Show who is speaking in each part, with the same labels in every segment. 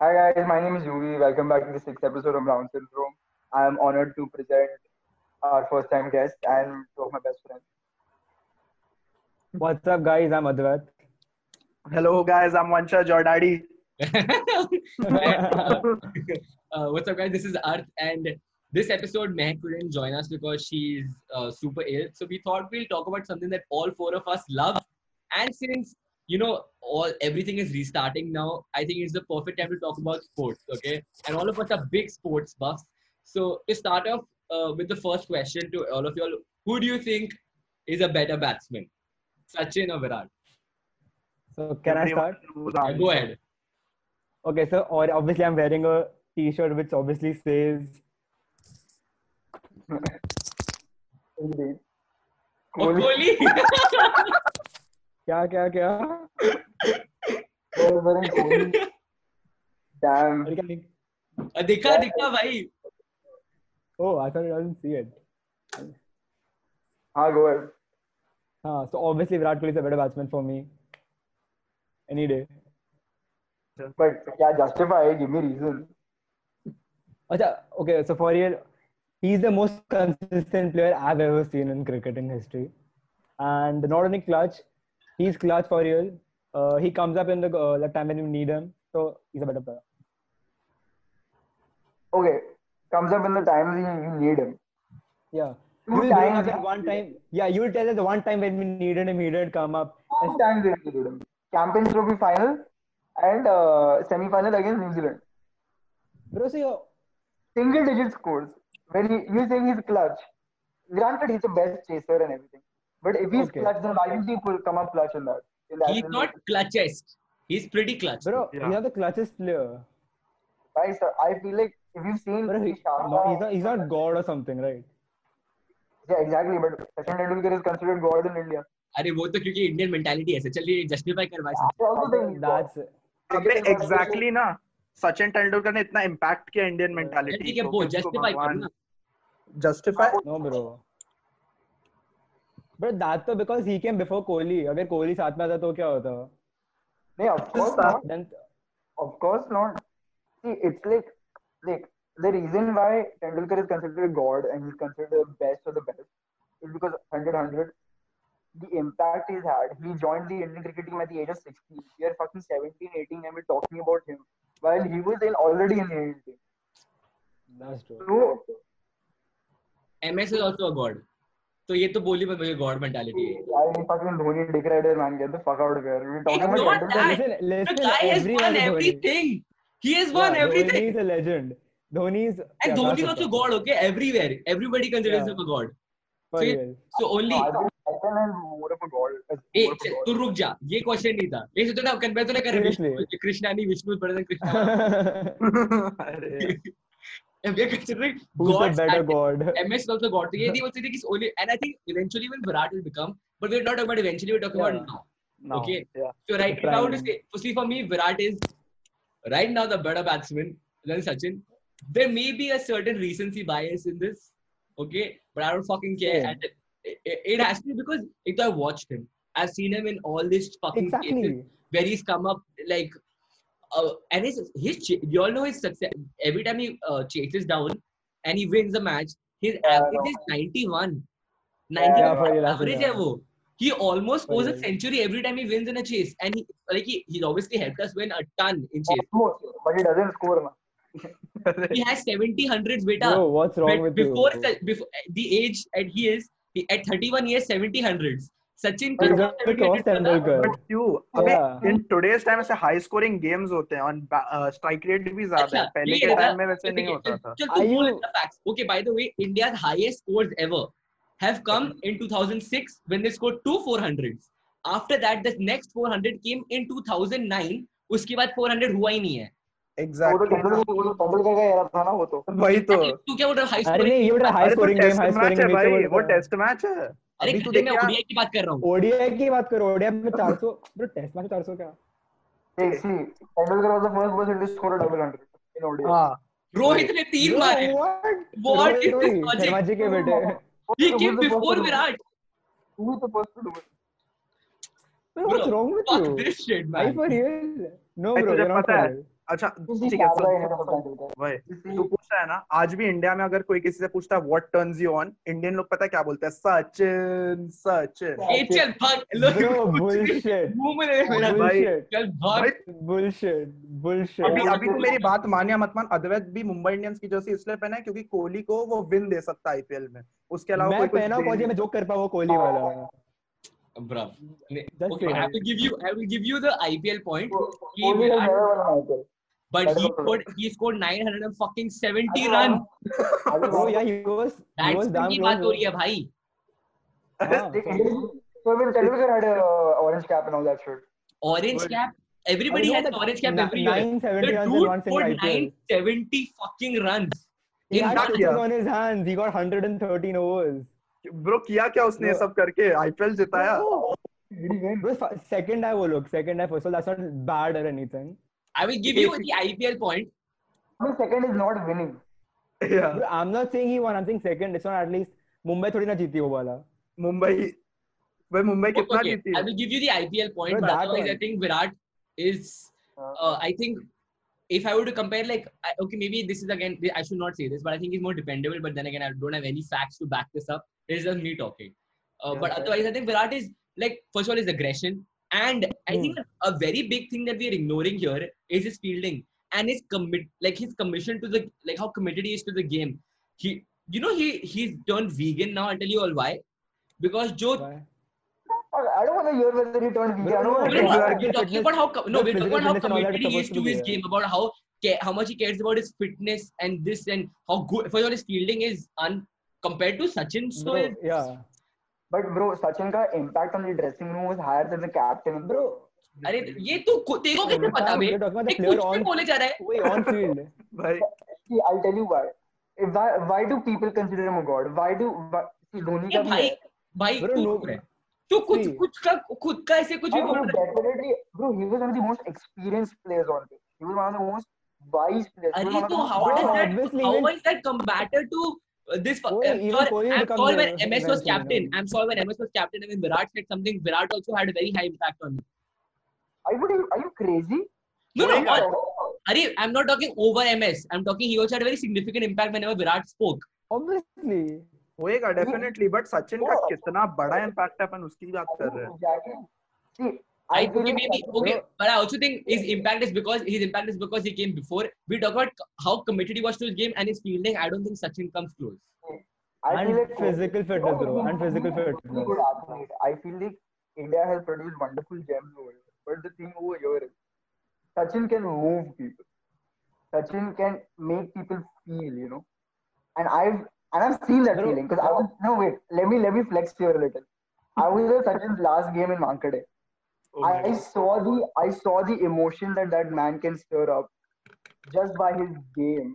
Speaker 1: Hi guys, my name is Yuvi. Welcome back to the sixth episode of Brown Syndrome. I am honored to present our first time guest and two of my best friends.
Speaker 2: What's up, guys? I'm Advait.
Speaker 3: Hello, guys. I'm Vansha Jordadi.
Speaker 4: uh, what's up, guys? This is Arth, and this episode, Meh couldn't join us because she's uh, super ill. So we thought we'll talk about something that all four of us love. And since you know all everything is restarting now, I think it's the perfect time to talk about sports. Okay, and all of us are big sports buffs. So to start off uh, with the first question to all of y'all, who do you think is a better batsman, Sachin or Virat?
Speaker 2: So can I start?
Speaker 4: Yeah, go ahead.
Speaker 2: Okay, so or obviously I'm wearing a T-shirt which obviously says
Speaker 1: Indeed.
Speaker 4: Oh,
Speaker 1: Kohli.
Speaker 4: Kohli.
Speaker 2: क्या क्या क्या
Speaker 1: Oh, Varun Kohli. Damn.
Speaker 2: अरे क्या लिख-
Speaker 4: Uh, दिखा दिखा भाई.
Speaker 2: Oh, I thought I didn't see it.
Speaker 1: हाँ, go ahead.
Speaker 2: हाँ, so obviously Virat Kohli is a better batsman for me. Any day.
Speaker 1: But yeah, justify. Give me reason.
Speaker 2: Acha, okay, so for real, he's the most consistent player I've ever seen in cricketing history. And not only clutch, he's clutch for real. Uh, he comes up in the uh, the time when you need him, so he's a better player.
Speaker 1: Okay, comes up in the times you, you need him.
Speaker 2: Yeah.
Speaker 1: Two
Speaker 2: You will bring
Speaker 1: times
Speaker 2: up that
Speaker 1: he
Speaker 2: one
Speaker 1: did.
Speaker 2: time. Yeah, you will tell us the one time when we needed him, he did come up.
Speaker 1: Two times they needed him. Champions Trophy final and uh, semi-final against New Zealand.
Speaker 2: Bro, so you're,
Speaker 1: Single-digit scores. When he, you saying he's clutch. Granted, he's the best chaser and everything. But if he's
Speaker 2: Okay.
Speaker 1: clutch, then why didn't he pull- come up clutch in that? In that
Speaker 4: He's
Speaker 1: in
Speaker 4: not
Speaker 1: that-
Speaker 4: clutchest. He's pretty clutch.
Speaker 2: bro,
Speaker 3: Yeah.
Speaker 2: he's not the clutchest player.
Speaker 1: Why, sir? I feel like if you've seen
Speaker 2: Bro, he,
Speaker 1: Sharma-
Speaker 2: no, he's, not, he's not God or something, right?
Speaker 1: Yeah, exactly. But Sachin Tendulkar is considered God in India.
Speaker 4: अरे वो तो क्योंकि Indian mentality ऐसे चलिए justify करवा
Speaker 1: I also think he's God.
Speaker 2: That's
Speaker 3: अबे
Speaker 4: तो
Speaker 3: exactly ना सचिन तेंदुलकर ने इतना इम्पैक्ट किया इंडियन
Speaker 4: सकते
Speaker 3: मेंटालिटी
Speaker 2: तो
Speaker 4: हैं वो जस्टिफाई करना
Speaker 3: justify
Speaker 2: no, bro. But that तो because he came before Kohli. अगर कोहली साथ में आता तो क्या होता?
Speaker 1: No, of course
Speaker 4: uh,
Speaker 1: not.
Speaker 2: Then
Speaker 1: Of course not. See, it's like, like the reason why Tendulkar is considered a god and he's considered the best of the best is because 100 100, the impact he's had. He joined the Indian cricket team at the age of 16. We are fucking 17, 18, and we're talking about him while he was in already in the Indian team.
Speaker 2: that's true.
Speaker 1: So,
Speaker 4: MS is also a god तो ये तो बोली मत मुझे god mentality है
Speaker 1: I fucking Dhoni dick rider man, get the fuck out of here. We're talking about
Speaker 4: Ignore
Speaker 1: Tendulkar.
Speaker 4: that.
Speaker 2: Listen, listen.
Speaker 4: The guy has
Speaker 2: everyone
Speaker 4: won
Speaker 2: is Dhoni.
Speaker 4: everything. He has won
Speaker 2: Yeah, Dhoni
Speaker 4: everything.
Speaker 2: is a legend. Dhoni is.
Speaker 4: And
Speaker 2: yeah,
Speaker 4: Dhoni is
Speaker 2: that's
Speaker 4: also
Speaker 2: a-
Speaker 4: god, okay? Everywhere. Everybody considers
Speaker 2: Yeah.
Speaker 4: him a god.
Speaker 2: for
Speaker 4: So you-
Speaker 2: real.
Speaker 4: So only
Speaker 1: I think Sachin is more of a god. is
Speaker 4: a
Speaker 1: more of a
Speaker 4: चल,
Speaker 1: god.
Speaker 4: तू रुक जा ये question नहीं था ये सोचा था कंपेयर तो ना कर
Speaker 2: Seriously.
Speaker 4: विष्णु- कृष्णा नहीं विष्णु बड़ा कृष्णा
Speaker 2: Who's
Speaker 3: अरे
Speaker 4: If we are considering
Speaker 2: the
Speaker 4: gods
Speaker 2: better
Speaker 4: and-
Speaker 2: god?
Speaker 4: MS also got to he was saying he's only, and I think eventually even Virat will become, but we're not talking about eventually, we're talking
Speaker 2: Yeah.
Speaker 4: about now.
Speaker 3: no,
Speaker 4: Okay.
Speaker 3: yeah.
Speaker 4: So right
Speaker 2: Prime.
Speaker 4: now, to say, firstly for me, Virat is right now the better batsman than Sachin. There may be a certain recency bias in this, okay, but I don't fucking care.
Speaker 2: Same.
Speaker 4: And it, it, it has to be because if I watched him, I've seen him in all these fucking cases
Speaker 2: Exactly.
Speaker 4: where he's come up like uh, and his his ch- you all know his success every time he uh, chases down and he wins the match his
Speaker 1: Yeah, I know.
Speaker 4: average is 91
Speaker 2: Yeah,
Speaker 4: 91
Speaker 2: for real,
Speaker 4: average
Speaker 2: yeah.
Speaker 4: है वो he almost
Speaker 2: For
Speaker 4: scores a
Speaker 2: real.
Speaker 4: century every time he wins in a chase and he like he, he's obviously helped us win a ton in chase
Speaker 1: Almost, but he doesn't score. Man.
Speaker 4: he has 70 hundreds beta
Speaker 2: Bro, what's wrong
Speaker 4: But
Speaker 2: with
Speaker 4: before,
Speaker 2: you?
Speaker 4: Sa- before the age at he is he, at 31 he has 70 hundreds Sachin
Speaker 2: He's
Speaker 4: comes
Speaker 2: a
Speaker 4: up 70
Speaker 2: top
Speaker 4: hundreds for the-
Speaker 2: Tendulkar.
Speaker 3: But you, अबे
Speaker 2: Yeah.
Speaker 3: In today's time ऐसे high scoring games होते हैं और strike rate भी ज्यादा है
Speaker 4: अच्छा,
Speaker 3: पहले
Speaker 4: ठीक
Speaker 3: के
Speaker 4: है,
Speaker 3: टाइम में वैसे
Speaker 4: Okay,
Speaker 3: नहीं होता था
Speaker 4: चल, तू
Speaker 2: Are
Speaker 4: बोल
Speaker 2: you-
Speaker 4: the facts. Okay, by the way, India's highest scores ever have come in 2006 when they scored two 400s. After that, the next 400 came in 2009. उसके बाद 400 हुआ ही नहीं है
Speaker 1: वो तो Tendulkar वो तो Tendulkar का एरा था ना वो तो
Speaker 3: वही तो
Speaker 4: तू क्या बोल रहा है हाई
Speaker 2: अरे
Speaker 4: स्कोर
Speaker 2: नहीं ये बड़ा हाई
Speaker 3: अरे तो
Speaker 2: scoring game
Speaker 3: test
Speaker 2: high
Speaker 3: match
Speaker 2: scoring
Speaker 3: है
Speaker 2: गेम
Speaker 3: भाई वो टेस्ट मैच है
Speaker 4: अरे
Speaker 3: अभी तू
Speaker 4: खतरे में
Speaker 3: देखिए
Speaker 4: ODI की बात कर रहा हूँ
Speaker 2: ओडीआई की बात करो ओडीआई में 400 ब्रो टेस्ट में 400 क्या
Speaker 1: Hey, see, Tendulkar was the first person to score a double hundred in ODI.
Speaker 3: हाँ
Speaker 4: रोहित ने तीन मारे What is this logic?
Speaker 2: Sharma ji के बेटे
Speaker 4: He came before Virat.
Speaker 1: Who is the first to do it?
Speaker 2: Bro, what's wrong with
Speaker 4: Fuck
Speaker 2: you?
Speaker 4: this shit,
Speaker 2: Are you
Speaker 4: man.
Speaker 2: for real? No,
Speaker 3: भाई
Speaker 2: bro,
Speaker 3: तुझे
Speaker 2: you're not
Speaker 3: पता
Speaker 2: for
Speaker 3: है
Speaker 2: real.
Speaker 3: अच्छा
Speaker 1: He's the
Speaker 3: ठीक है
Speaker 1: star guy in it of
Speaker 3: so-
Speaker 1: Tendulkar.
Speaker 3: वही
Speaker 1: You see,
Speaker 3: तू पूछ रहा है ना आज भी इंडिया में अगर कोई किसी से पूछता है what turns you on Indian लोग पता है क्या बोलते हैं सचिन सचिन
Speaker 4: ए चल भाग लोग
Speaker 2: Bro, bullshit.
Speaker 4: मुंह में ले मेरा
Speaker 3: भाई,
Speaker 2: Bullshit.
Speaker 4: चल भाग
Speaker 3: भाई,
Speaker 2: Bullshit.
Speaker 3: अभी
Speaker 2: Bullshit.
Speaker 3: अभी तू मेरी बात मान या मत मान अद्वैत भी मुंबई इंडियंस की जर्सी इसलिए पहना है क्योंकि कोहली को वो विन दे सकता है आईपीएल में उसके अलावा
Speaker 2: मैं
Speaker 3: कोई कुछ
Speaker 2: पहना
Speaker 3: दे
Speaker 2: हुआ मैं
Speaker 3: नहीं।
Speaker 2: जोक कर पाऊँ कोहली वाला
Speaker 4: bro
Speaker 2: That's
Speaker 4: okay
Speaker 2: it.
Speaker 4: i will give you i will give you the ipl point he,
Speaker 1: Kohli has
Speaker 4: I-
Speaker 1: never won an IPL.
Speaker 4: but
Speaker 1: That is
Speaker 4: he
Speaker 1: a problem.
Speaker 4: scored he scored 900 fucking 70
Speaker 1: I don't
Speaker 4: run
Speaker 1: know. I don't
Speaker 2: Bro,
Speaker 1: know.
Speaker 2: Oh, yeah, he was. He was
Speaker 4: batsman
Speaker 2: damn
Speaker 4: की
Speaker 2: close.
Speaker 4: बात हो रही है भाई
Speaker 2: हाँ,
Speaker 1: Like,
Speaker 2: fuck.
Speaker 1: Indian- so when Tendulkar had a orange cap and all that shit.
Speaker 4: orange
Speaker 3: Well,
Speaker 4: cap
Speaker 2: I
Speaker 4: everybody
Speaker 2: know
Speaker 4: has
Speaker 2: that
Speaker 4: orange cap
Speaker 2: ni-
Speaker 4: every year
Speaker 2: 970
Speaker 4: the
Speaker 2: runs in one
Speaker 4: dude
Speaker 2: single
Speaker 4: scored
Speaker 2: IPL.
Speaker 4: 970 fucking runs
Speaker 2: He
Speaker 4: in
Speaker 2: had
Speaker 4: that
Speaker 3: that
Speaker 2: sixes
Speaker 3: year.
Speaker 2: on his hands. He got 113 overs.
Speaker 3: Bro किया क्या उसने ये सब करके IPL जिताया
Speaker 2: Bro,
Speaker 1: Did he win?
Speaker 2: bro, fa- second I will look. Second I first of all, that's not bad or anything.
Speaker 4: i will give you the ipl point
Speaker 1: I mean, second is not winning.
Speaker 3: Yeah,
Speaker 2: Bro, I'm not saying he won. I'm saying second. It's not at least Mumbai थोड़ी ना जीती वो वाला.
Speaker 3: मुंबई भाई मुंबई
Speaker 1: तो
Speaker 3: कितना
Speaker 4: okay
Speaker 3: जीती
Speaker 4: i will give you the ipl point
Speaker 2: But
Speaker 4: but
Speaker 2: that
Speaker 4: otherwise
Speaker 2: one-
Speaker 4: i think virat is uh, I think if I were to compare, like, I, okay, maybe this is again, I should not say this, but I think he's more dependable. But then again, I don't have any facts to back this up. It's just me talking. Uh,
Speaker 3: Yeah,
Speaker 4: but
Speaker 3: fair.
Speaker 4: otherwise, I think Virat is like, first of all, his aggression, and I
Speaker 3: Hmm.
Speaker 4: think a very big thing that we are ignoring here is his fielding and his commit, like his commission to the, like how committed he is to the game. He, you know, he he's turned vegan now. I'll tell you all why. Because Joe
Speaker 2: Why?
Speaker 1: Uh, I don't want to hear whether he turned vegan. I don't want to
Speaker 2: Bro,
Speaker 4: We're
Speaker 2: Physical
Speaker 4: not- we're
Speaker 2: fitness-
Speaker 4: talking about how co- no,
Speaker 2: Yeah,
Speaker 4: we're talking
Speaker 2: physical
Speaker 4: about how
Speaker 2: fitness and all that
Speaker 4: committed
Speaker 2: is
Speaker 4: he is
Speaker 2: supposed to
Speaker 4: to
Speaker 2: be
Speaker 4: his
Speaker 2: there.
Speaker 4: game, about how ca- how much he cares about his fitness and this and how good. First of all, his fielding is un compared to Sachin. So
Speaker 2: Bro,
Speaker 4: is-
Speaker 2: yeah.
Speaker 1: But bro, Sachin का impact on the dressing room was higher than the captain.
Speaker 2: Bro,
Speaker 4: अरे ये तू खु- तेरे को तो कैसे पता बे?
Speaker 2: we're talking about
Speaker 4: ये
Speaker 2: the player
Speaker 4: कुछ भी
Speaker 2: on
Speaker 4: बोले जा रहा है.
Speaker 2: wait, on field.
Speaker 3: भाई
Speaker 1: See, I'll tell you why. If why, why do people consider him a god? Why do why, see Dhoni
Speaker 4: ये
Speaker 1: का भी
Speaker 4: भाई
Speaker 1: है.
Speaker 4: भाई
Speaker 2: Bro,
Speaker 4: तू
Speaker 2: no.
Speaker 4: बोल रहा है. तू कुछ
Speaker 2: See.
Speaker 4: कुछ का खुद का ऐसे कुछ भी
Speaker 1: And
Speaker 4: बोल
Speaker 1: bro,
Speaker 4: रहा है.
Speaker 1: definitely, bro, he was one of the most experienced players on pitch. He was one of the most wise players. He was
Speaker 4: अरे
Speaker 1: one of the
Speaker 4: तो
Speaker 1: most-
Speaker 4: how
Speaker 2: Bro,
Speaker 4: does that
Speaker 2: obviously
Speaker 4: how
Speaker 2: even-
Speaker 4: is that comparative to uh, this fu-
Speaker 2: Kohli-
Speaker 4: I'm
Speaker 2: even
Speaker 4: sure-
Speaker 2: Kohli
Speaker 4: I'm
Speaker 2: becomes the
Speaker 4: sorry when MS was
Speaker 2: eventually, you know.
Speaker 4: captain. I'm sorry when MS was captain and when Virat said something, Virat also had a very high impact on me.
Speaker 1: Are you, are you crazy?
Speaker 4: No, no,
Speaker 3: Going
Speaker 4: what? Arey, I'm not talking over MS. I'm talking he also had a very significant impact whenever Virat spoke.
Speaker 2: Obviously.
Speaker 3: होएगा definitely but Sachin का
Speaker 1: वो-
Speaker 3: कितना बड़ा impact है अपन उसकी बात कर रहे हैं
Speaker 1: Exactly. See,
Speaker 4: I
Speaker 1: feel
Speaker 4: okay,
Speaker 1: like
Speaker 4: maybe
Speaker 1: Sachin-
Speaker 4: okay, but I also think his impact is because his impact is because he came before. We talk about how committed he was to his game and his fielding. I don't think Sachin comes close.
Speaker 1: I feel
Speaker 2: And
Speaker 1: like
Speaker 2: physical fitness, bro. And physical
Speaker 1: Really
Speaker 2: fitness.
Speaker 1: good athlete. I feel like India has produced wonderful gems over here. But the thing over here is Sachin can move people. Sachin can make people feel, you know. And I've and I've seen that
Speaker 2: Bro,
Speaker 1: feeling because I was no wait, let me let me flex here a little. I was at Sachin's last game in Wankhede.
Speaker 3: Oh my
Speaker 1: I, I
Speaker 3: God.
Speaker 1: saw the I saw the emotion that that man can stir up just by his game.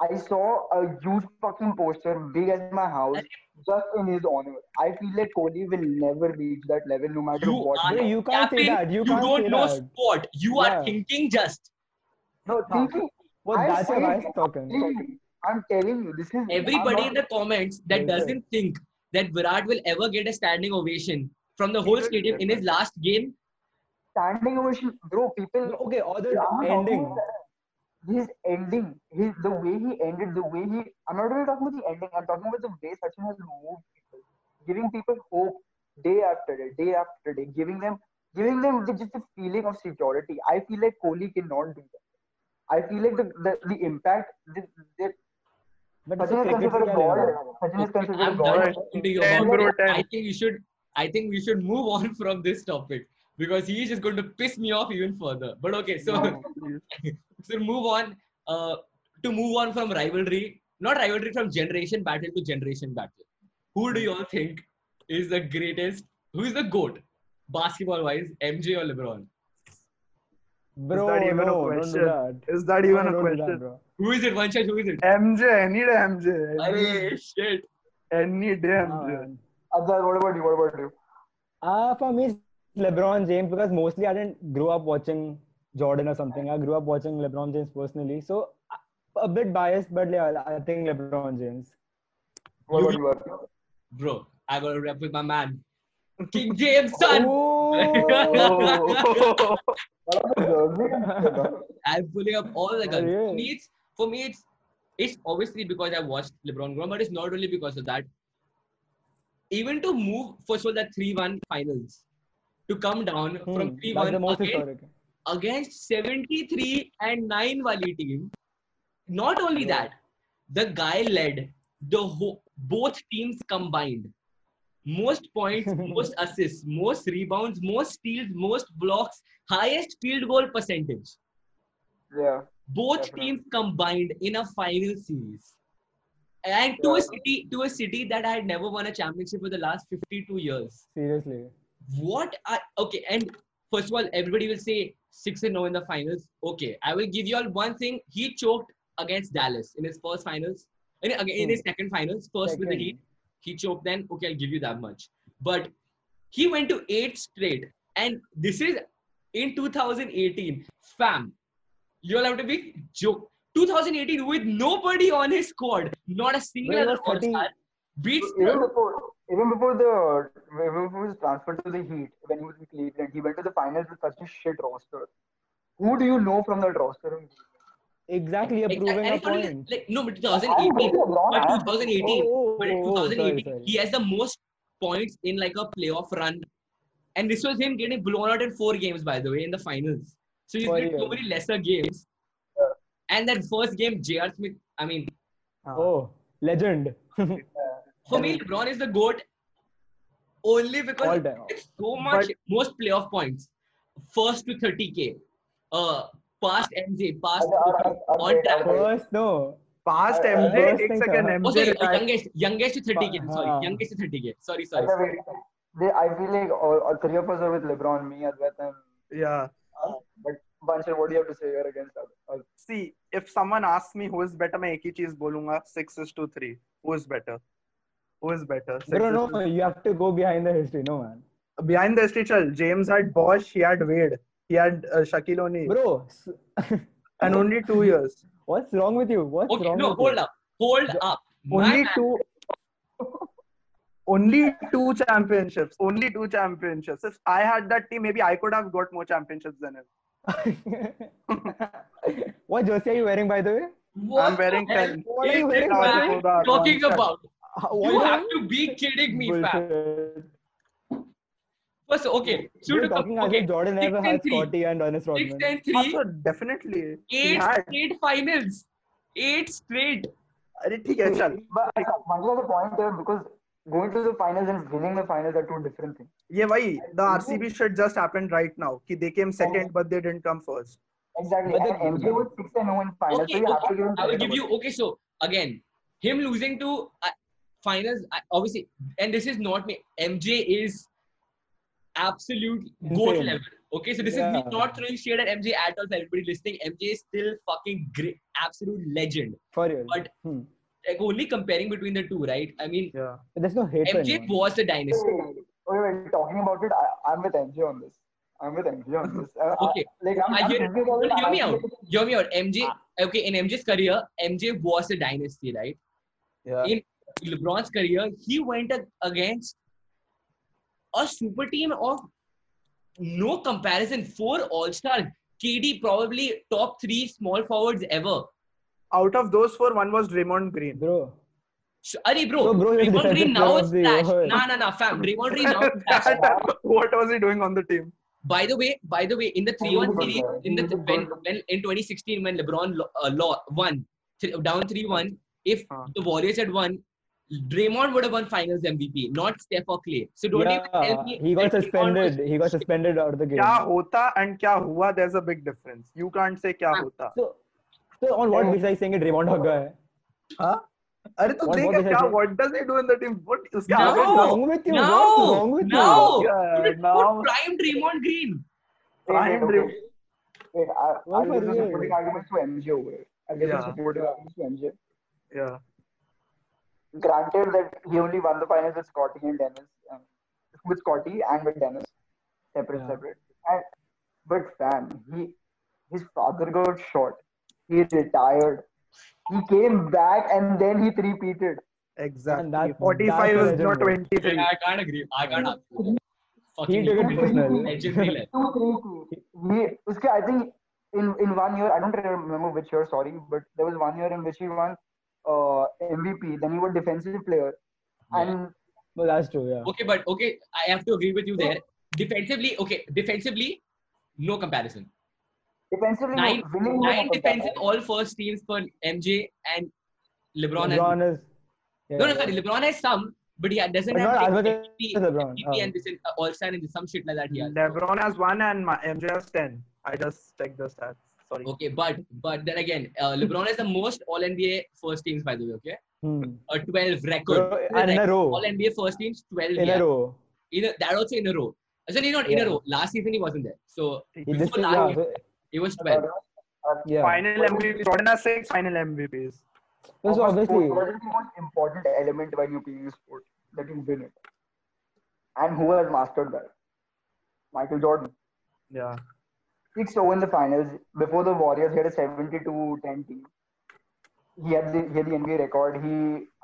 Speaker 1: I saw a huge fucking poster big as my house just in his honor. I feel like Kohli will never reach that level no matter
Speaker 4: You
Speaker 1: what.
Speaker 4: are
Speaker 2: Bro, you can't say
Speaker 4: captain.
Speaker 2: that. You
Speaker 4: You,
Speaker 2: can't
Speaker 4: don't
Speaker 2: say
Speaker 4: know
Speaker 2: that.
Speaker 4: sport. You are
Speaker 2: Yeah.
Speaker 4: thinking just
Speaker 1: No, thinking,
Speaker 2: What
Speaker 1: I'm
Speaker 2: that's
Speaker 1: saying-
Speaker 2: what I was talking.
Speaker 1: telling you, I'm telling you, this is
Speaker 4: everybody
Speaker 1: I'm
Speaker 4: in the comments that
Speaker 2: Right, right.
Speaker 4: doesn't think that Virat will ever get a standing ovation from the whole
Speaker 3: Even
Speaker 4: stadium in his last game.
Speaker 1: not standing ovation, bro. People,
Speaker 2: Okay, or the
Speaker 1: I'm talking
Speaker 2: ending.
Speaker 1: about His ending, his the way he ended, the way he. I'm not even talking about the ending. I'm talking about the way Sachin has moved people, giving people hope day after day, day after day, giving them, giving them the, just the feeling of security. I feel like Kohli cannot do that. I feel like the the, the impact. The, the,
Speaker 2: But it's a
Speaker 1: Sachin is
Speaker 2: cricket
Speaker 1: considered a
Speaker 2: level.
Speaker 1: god. Sachin is
Speaker 4: Okay,
Speaker 1: considered a
Speaker 4: I'm
Speaker 1: god.
Speaker 4: done talking to you
Speaker 3: Ten,
Speaker 4: about
Speaker 3: bro,
Speaker 4: it.
Speaker 3: ten.
Speaker 4: I think you should. I think we should move on from this topic because he is just going to piss me off even further. But okay, so so move on. Uh, to move on from rivalry, not rivalry from generation battle to generation battle. Who do you all think is the greatest? Who is the goat? Basketball wise, MJ or LeBron?
Speaker 2: Bro,
Speaker 3: that even a
Speaker 2: no, don't do
Speaker 3: question?
Speaker 2: that.
Speaker 3: Is that
Speaker 2: No,
Speaker 3: even a
Speaker 2: don't do that,
Speaker 3: question
Speaker 2: bro.
Speaker 4: Who is it, Vanshaj? Who is it?
Speaker 3: MJ any day MJ
Speaker 4: Arey, shit.
Speaker 3: Any day
Speaker 2: Ah,
Speaker 3: MJ
Speaker 2: man.
Speaker 1: Abdul, what about you? What about you?
Speaker 2: Uh, for me, it's LeBron James because mostly I didn't grow up watching Jordan or something. I grew up watching LeBron James personally, so uh, a bit biased, but yeah, I think LeBron James.
Speaker 1: What about you? Arjun?
Speaker 4: Bro, I gotta rep with my man. King James, son.
Speaker 2: Oh,
Speaker 3: Oh.
Speaker 4: I'm pulling up all the guns.
Speaker 2: Really?
Speaker 4: For me, it's for me it's it's obviously because I watched LeBron grow, but it's not only because of that. Even to move first of all that three one finals to come down from
Speaker 2: Hmm,
Speaker 4: three
Speaker 2: that's the
Speaker 4: one
Speaker 2: most
Speaker 4: against,
Speaker 2: historic.
Speaker 4: against seventy three and nine wali team. Not only that, the guy led the whole, both teams combined. Most points, most assists, most rebounds, most steals, most blocks, highest field goal percentage
Speaker 1: yeah.
Speaker 4: both
Speaker 1: Definitely.
Speaker 4: teams combined in a final series and to a
Speaker 1: Yeah.
Speaker 4: city to a city that had never won a championship for the last 52 years
Speaker 2: Seriously.
Speaker 4: what are okay and first of all everybody will say 6 and 0 in the finals okay i will give you all one thing he choked against dallas in his first finals in, again, in his second finals first with the
Speaker 2: Hmm. Second.
Speaker 4: heat he choked then okay i'll give you that much but he went to eight straight and this is in 2018 fam you'll have to be joke 2018 with nobody on his squad not a single
Speaker 2: Well, he
Speaker 4: other
Speaker 2: was 30.
Speaker 4: all-star beats
Speaker 1: Even before, even before the even before his transfer to the Heat, when he was in Cleveland, he went to the finals with such a shit roster. Who do you know from that roster?
Speaker 2: Exactly, you're
Speaker 4: Like,
Speaker 2: proving
Speaker 4: and
Speaker 2: a
Speaker 4: it's not even-
Speaker 2: point.
Speaker 4: Like, no, but
Speaker 1: I
Speaker 4: 2018.
Speaker 1: know LeBron,
Speaker 4: But
Speaker 1: I-
Speaker 4: 2018.
Speaker 2: Oh,
Speaker 4: but in
Speaker 2: oh,
Speaker 4: 2018,
Speaker 2: sorry, sorry.
Speaker 4: he has the most points in like a playoff run. And this was him getting blown out in four games, by the way, in the finals. So he's
Speaker 2: For
Speaker 4: been so
Speaker 2: real.
Speaker 4: many lesser games. And that first game, J.R. Smith, I mean,
Speaker 2: Oh, legend.
Speaker 4: for me, LeBron is the GOAT only because
Speaker 2: All time.
Speaker 4: it's so much
Speaker 3: But-
Speaker 4: most playoff points. First to 30K. Uh, past MJ, past
Speaker 1: I'll- I'll-
Speaker 2: uh,
Speaker 1: I'll- I'll
Speaker 4: on
Speaker 1: wait, I'll
Speaker 4: time.
Speaker 1: wait.
Speaker 2: First, no.
Speaker 3: Past
Speaker 1: I- I
Speaker 3: MJ,
Speaker 2: was
Speaker 3: एक
Speaker 2: thinking-
Speaker 3: second
Speaker 2: Oh,
Speaker 4: Oh,
Speaker 3: MJ
Speaker 4: sorry, oh,
Speaker 3: retired.
Speaker 4: youngest, youngest to 30k. Sorry,
Speaker 2: Ah.
Speaker 4: youngest to 30k. Sorry, sorry.
Speaker 1: Acha, wait. They, I feel like all, all three of us are with LeBron, me, Advait, and
Speaker 3: Yeah.
Speaker 1: but Banshal, what do you have to say here against us?
Speaker 3: See, if someone asks me who is better, मैं एक ही चीज बोलूंगा six is to three. Who is better? Who is better? Six
Speaker 2: Bro,
Speaker 3: is
Speaker 2: no,
Speaker 3: to-
Speaker 2: you have to go behind the history. No, man.
Speaker 3: Behind the stitchel, James had Bosch, he had Wade, he had uh, Shaquille O'Neal,
Speaker 2: Bro, s-
Speaker 3: and only two years.
Speaker 2: what's wrong with you? What's
Speaker 4: Okay,
Speaker 2: wrong
Speaker 4: no,
Speaker 2: with
Speaker 4: hold
Speaker 2: you?
Speaker 4: up. Hold up. My
Speaker 3: only
Speaker 4: man,
Speaker 3: two only two championships only two championships if i had that team maybe i could have got more championships than him
Speaker 2: what jersey are you wearing, by the way?
Speaker 4: what
Speaker 3: i'm wearing
Speaker 4: the hell
Speaker 3: 10
Speaker 2: What are you
Speaker 4: is
Speaker 2: wearing,
Speaker 4: this
Speaker 2: by the
Speaker 4: man
Speaker 2: way?
Speaker 3: Goda,
Speaker 4: talking
Speaker 3: Goda.
Speaker 4: about?
Speaker 2: How- what
Speaker 4: You
Speaker 2: are
Speaker 4: have to be kidding me, fam.
Speaker 2: Bullshit.
Speaker 4: First, okay, shoot
Speaker 2: You're
Speaker 4: a
Speaker 2: talking
Speaker 4: couple.
Speaker 2: as
Speaker 4: Okay,
Speaker 2: if Jordan
Speaker 4: six
Speaker 2: ever
Speaker 4: and
Speaker 2: had
Speaker 4: three.
Speaker 2: Scotty and Dennis
Speaker 4: six
Speaker 2: Rodman.
Speaker 4: and
Speaker 3: हाँ,
Speaker 4: three,
Speaker 3: so definitely he
Speaker 4: eight
Speaker 3: had
Speaker 4: straight finals, eight straight.
Speaker 3: अरे ठीक है चल
Speaker 1: But Banshal, the point here because going to the finals and winning the finals are two different things.
Speaker 3: ये वही the RCB shit just happened right now कि they came
Speaker 2: Oh.
Speaker 3: second but they didn't come first
Speaker 1: Exactly.
Speaker 2: But
Speaker 1: and
Speaker 2: the-
Speaker 1: MJ was six and zero in finals,
Speaker 4: Okay,
Speaker 1: so you have to
Speaker 4: okay.
Speaker 1: give him.
Speaker 4: I will
Speaker 1: credit
Speaker 4: give
Speaker 1: about
Speaker 4: you. Okay, so again, him losing to uh, finals, I, obviously, and this is not me. MJ is absolute goat
Speaker 2: Insane.
Speaker 4: level. Okay, so this is me
Speaker 2: Yeah.
Speaker 4: not throwing shade at MJ at all. For everybody listening, MJ is still fucking great, absolute legend.
Speaker 2: For real.
Speaker 4: But-
Speaker 2: Hmm.
Speaker 4: Like only comparing between the two, right? I mean,
Speaker 3: yeah
Speaker 2: But There's no hate for
Speaker 4: MJ
Speaker 2: anyone.
Speaker 4: was the
Speaker 1: Wait,
Speaker 4: dynasty.
Speaker 1: wait, wait, wait, talking about it, I, I'm with MJ on this. I'm with MJ on this. I, I,
Speaker 4: Okay,
Speaker 1: like, I'm,
Speaker 4: I
Speaker 1: I'm
Speaker 4: hear-
Speaker 1: thinking about
Speaker 4: but
Speaker 1: it,
Speaker 4: hear
Speaker 1: I
Speaker 4: me
Speaker 1: feel
Speaker 4: out.
Speaker 1: like-
Speaker 4: Hear me out. MJ, okay, in MJ's career, MJ was a dynasty, right?
Speaker 3: yeah
Speaker 4: In LeBron's career, he went a- against a super team of no comparison, four All Stars, KD probably top three small forwards ever.
Speaker 3: out of those four one was Draymond Green
Speaker 2: Bro.
Speaker 4: Sh- Arey bro,
Speaker 2: So, bro, you're the
Speaker 4: Draymond Green
Speaker 2: defensive
Speaker 4: now
Speaker 2: player
Speaker 4: is
Speaker 2: of the
Speaker 4: trash.
Speaker 2: year.
Speaker 4: Nah, nah, nah, fam. Draymond Green now is trash.
Speaker 3: what was he doing on the team
Speaker 4: By the way, by the way, in the three-one
Speaker 1: Only
Speaker 4: series,
Speaker 1: good guy.
Speaker 4: in the
Speaker 1: Only good
Speaker 4: when,
Speaker 1: guy.
Speaker 4: when in 2016 when LeBron lo- uh, lo- won th- down three-one, if
Speaker 2: Ah.
Speaker 3: Huh.
Speaker 4: the Warriors had won, Draymond would have won Finals MVP, not Steph or Clay. So don't even
Speaker 2: Yeah,
Speaker 4: tell me.
Speaker 2: he got
Speaker 4: that Draymond was-
Speaker 2: suspended. He got suspended out of the game.
Speaker 3: क्या होता and क्या हुआ there's a big difference you can't say
Speaker 2: हाँ.
Speaker 3: क्या होता
Speaker 2: So, so on what basis are you saying it Raymond Hogga hai?
Speaker 3: हाँ? अरे तो
Speaker 2: What-
Speaker 3: देख
Speaker 2: what is
Speaker 3: क्या
Speaker 2: it?
Speaker 3: what does he do in the team what उसके
Speaker 4: No!
Speaker 2: What's
Speaker 3: आगे क्या-
Speaker 2: wrong with you?
Speaker 4: No,
Speaker 2: What's wrong with
Speaker 4: no.
Speaker 2: you?
Speaker 4: You
Speaker 3: Yeah,
Speaker 4: did
Speaker 3: now
Speaker 4: put prime Draymond Green.
Speaker 1: Wait,
Speaker 3: Brian
Speaker 1: wait,
Speaker 3: Drew.
Speaker 1: okay. Wait, I,
Speaker 2: Why
Speaker 1: I'll give
Speaker 2: for
Speaker 1: some
Speaker 2: real?
Speaker 1: supporting arguments to MJ over it. I'll give
Speaker 3: Yeah.
Speaker 1: some supporting arguments to MJ.
Speaker 3: Yeah.
Speaker 1: Granted that he only won the finals with Scotty and Dennis, um, with Scotty and with Dennis, separate,
Speaker 2: Yeah.
Speaker 1: separate. And, but fam, he his father got shot. He retired. He came back and then he three-peated.
Speaker 3: Exactly.
Speaker 2: And that-
Speaker 3: 45
Speaker 2: that's
Speaker 3: is not
Speaker 2: legendary.
Speaker 3: 23.
Speaker 4: I can't agree. I can't. Agree. fucking
Speaker 2: took it
Speaker 4: level.
Speaker 2: personally.
Speaker 4: legendary level.
Speaker 1: Two, three, we, उसके I think in in one year I don't remember which year sorry but there was one year in which he won uh, MVP then he was defensive player and
Speaker 2: Well, that's true. Yeah.
Speaker 4: Okay, but okay, I have to agree with you there. Defensively, okay, defensively, no comparison.
Speaker 1: defensively
Speaker 4: Nine,
Speaker 1: winning
Speaker 4: nine defensive all first teams for MJ and LeBron. has,
Speaker 2: LeBron is. Yeah.
Speaker 4: no, no, sorry, LeBron has some, but he doesn't
Speaker 2: But
Speaker 4: have
Speaker 2: not as
Speaker 4: like
Speaker 2: much as
Speaker 4: MVP,
Speaker 2: LeBron,
Speaker 4: MVP
Speaker 2: oh.
Speaker 4: and this and uh, All Star and some shit like that. Yeah.
Speaker 3: LeBron has one and my MJ has ten. I just checked the stats. Sorry.
Speaker 4: Okay, but but then again, uh, LeBron has the most All NBA first teams by the way. Okay,
Speaker 2: Hmm.
Speaker 4: a twelve record.
Speaker 2: Bro, and in a row.
Speaker 4: All NBA first teams twelve.
Speaker 2: In
Speaker 4: yeah.
Speaker 2: a row.
Speaker 4: In a, that also in a row. Actually, not in a
Speaker 2: Yeah.
Speaker 4: row. Last season he wasn't there, so
Speaker 2: Yeah, this
Speaker 4: Before
Speaker 2: is, yeah,
Speaker 4: last-
Speaker 2: so-
Speaker 4: it was twelve.
Speaker 2: yeah.
Speaker 3: Final MVP. Jordan has six final MVPs.
Speaker 2: So obviously,
Speaker 1: what is the most important element when you play a sport that you win it and who has mastered that Michael Jordan
Speaker 3: Yeah.
Speaker 1: six over in the finals before the Warriors he had a 72 10 team. He had the he had the NBA record. He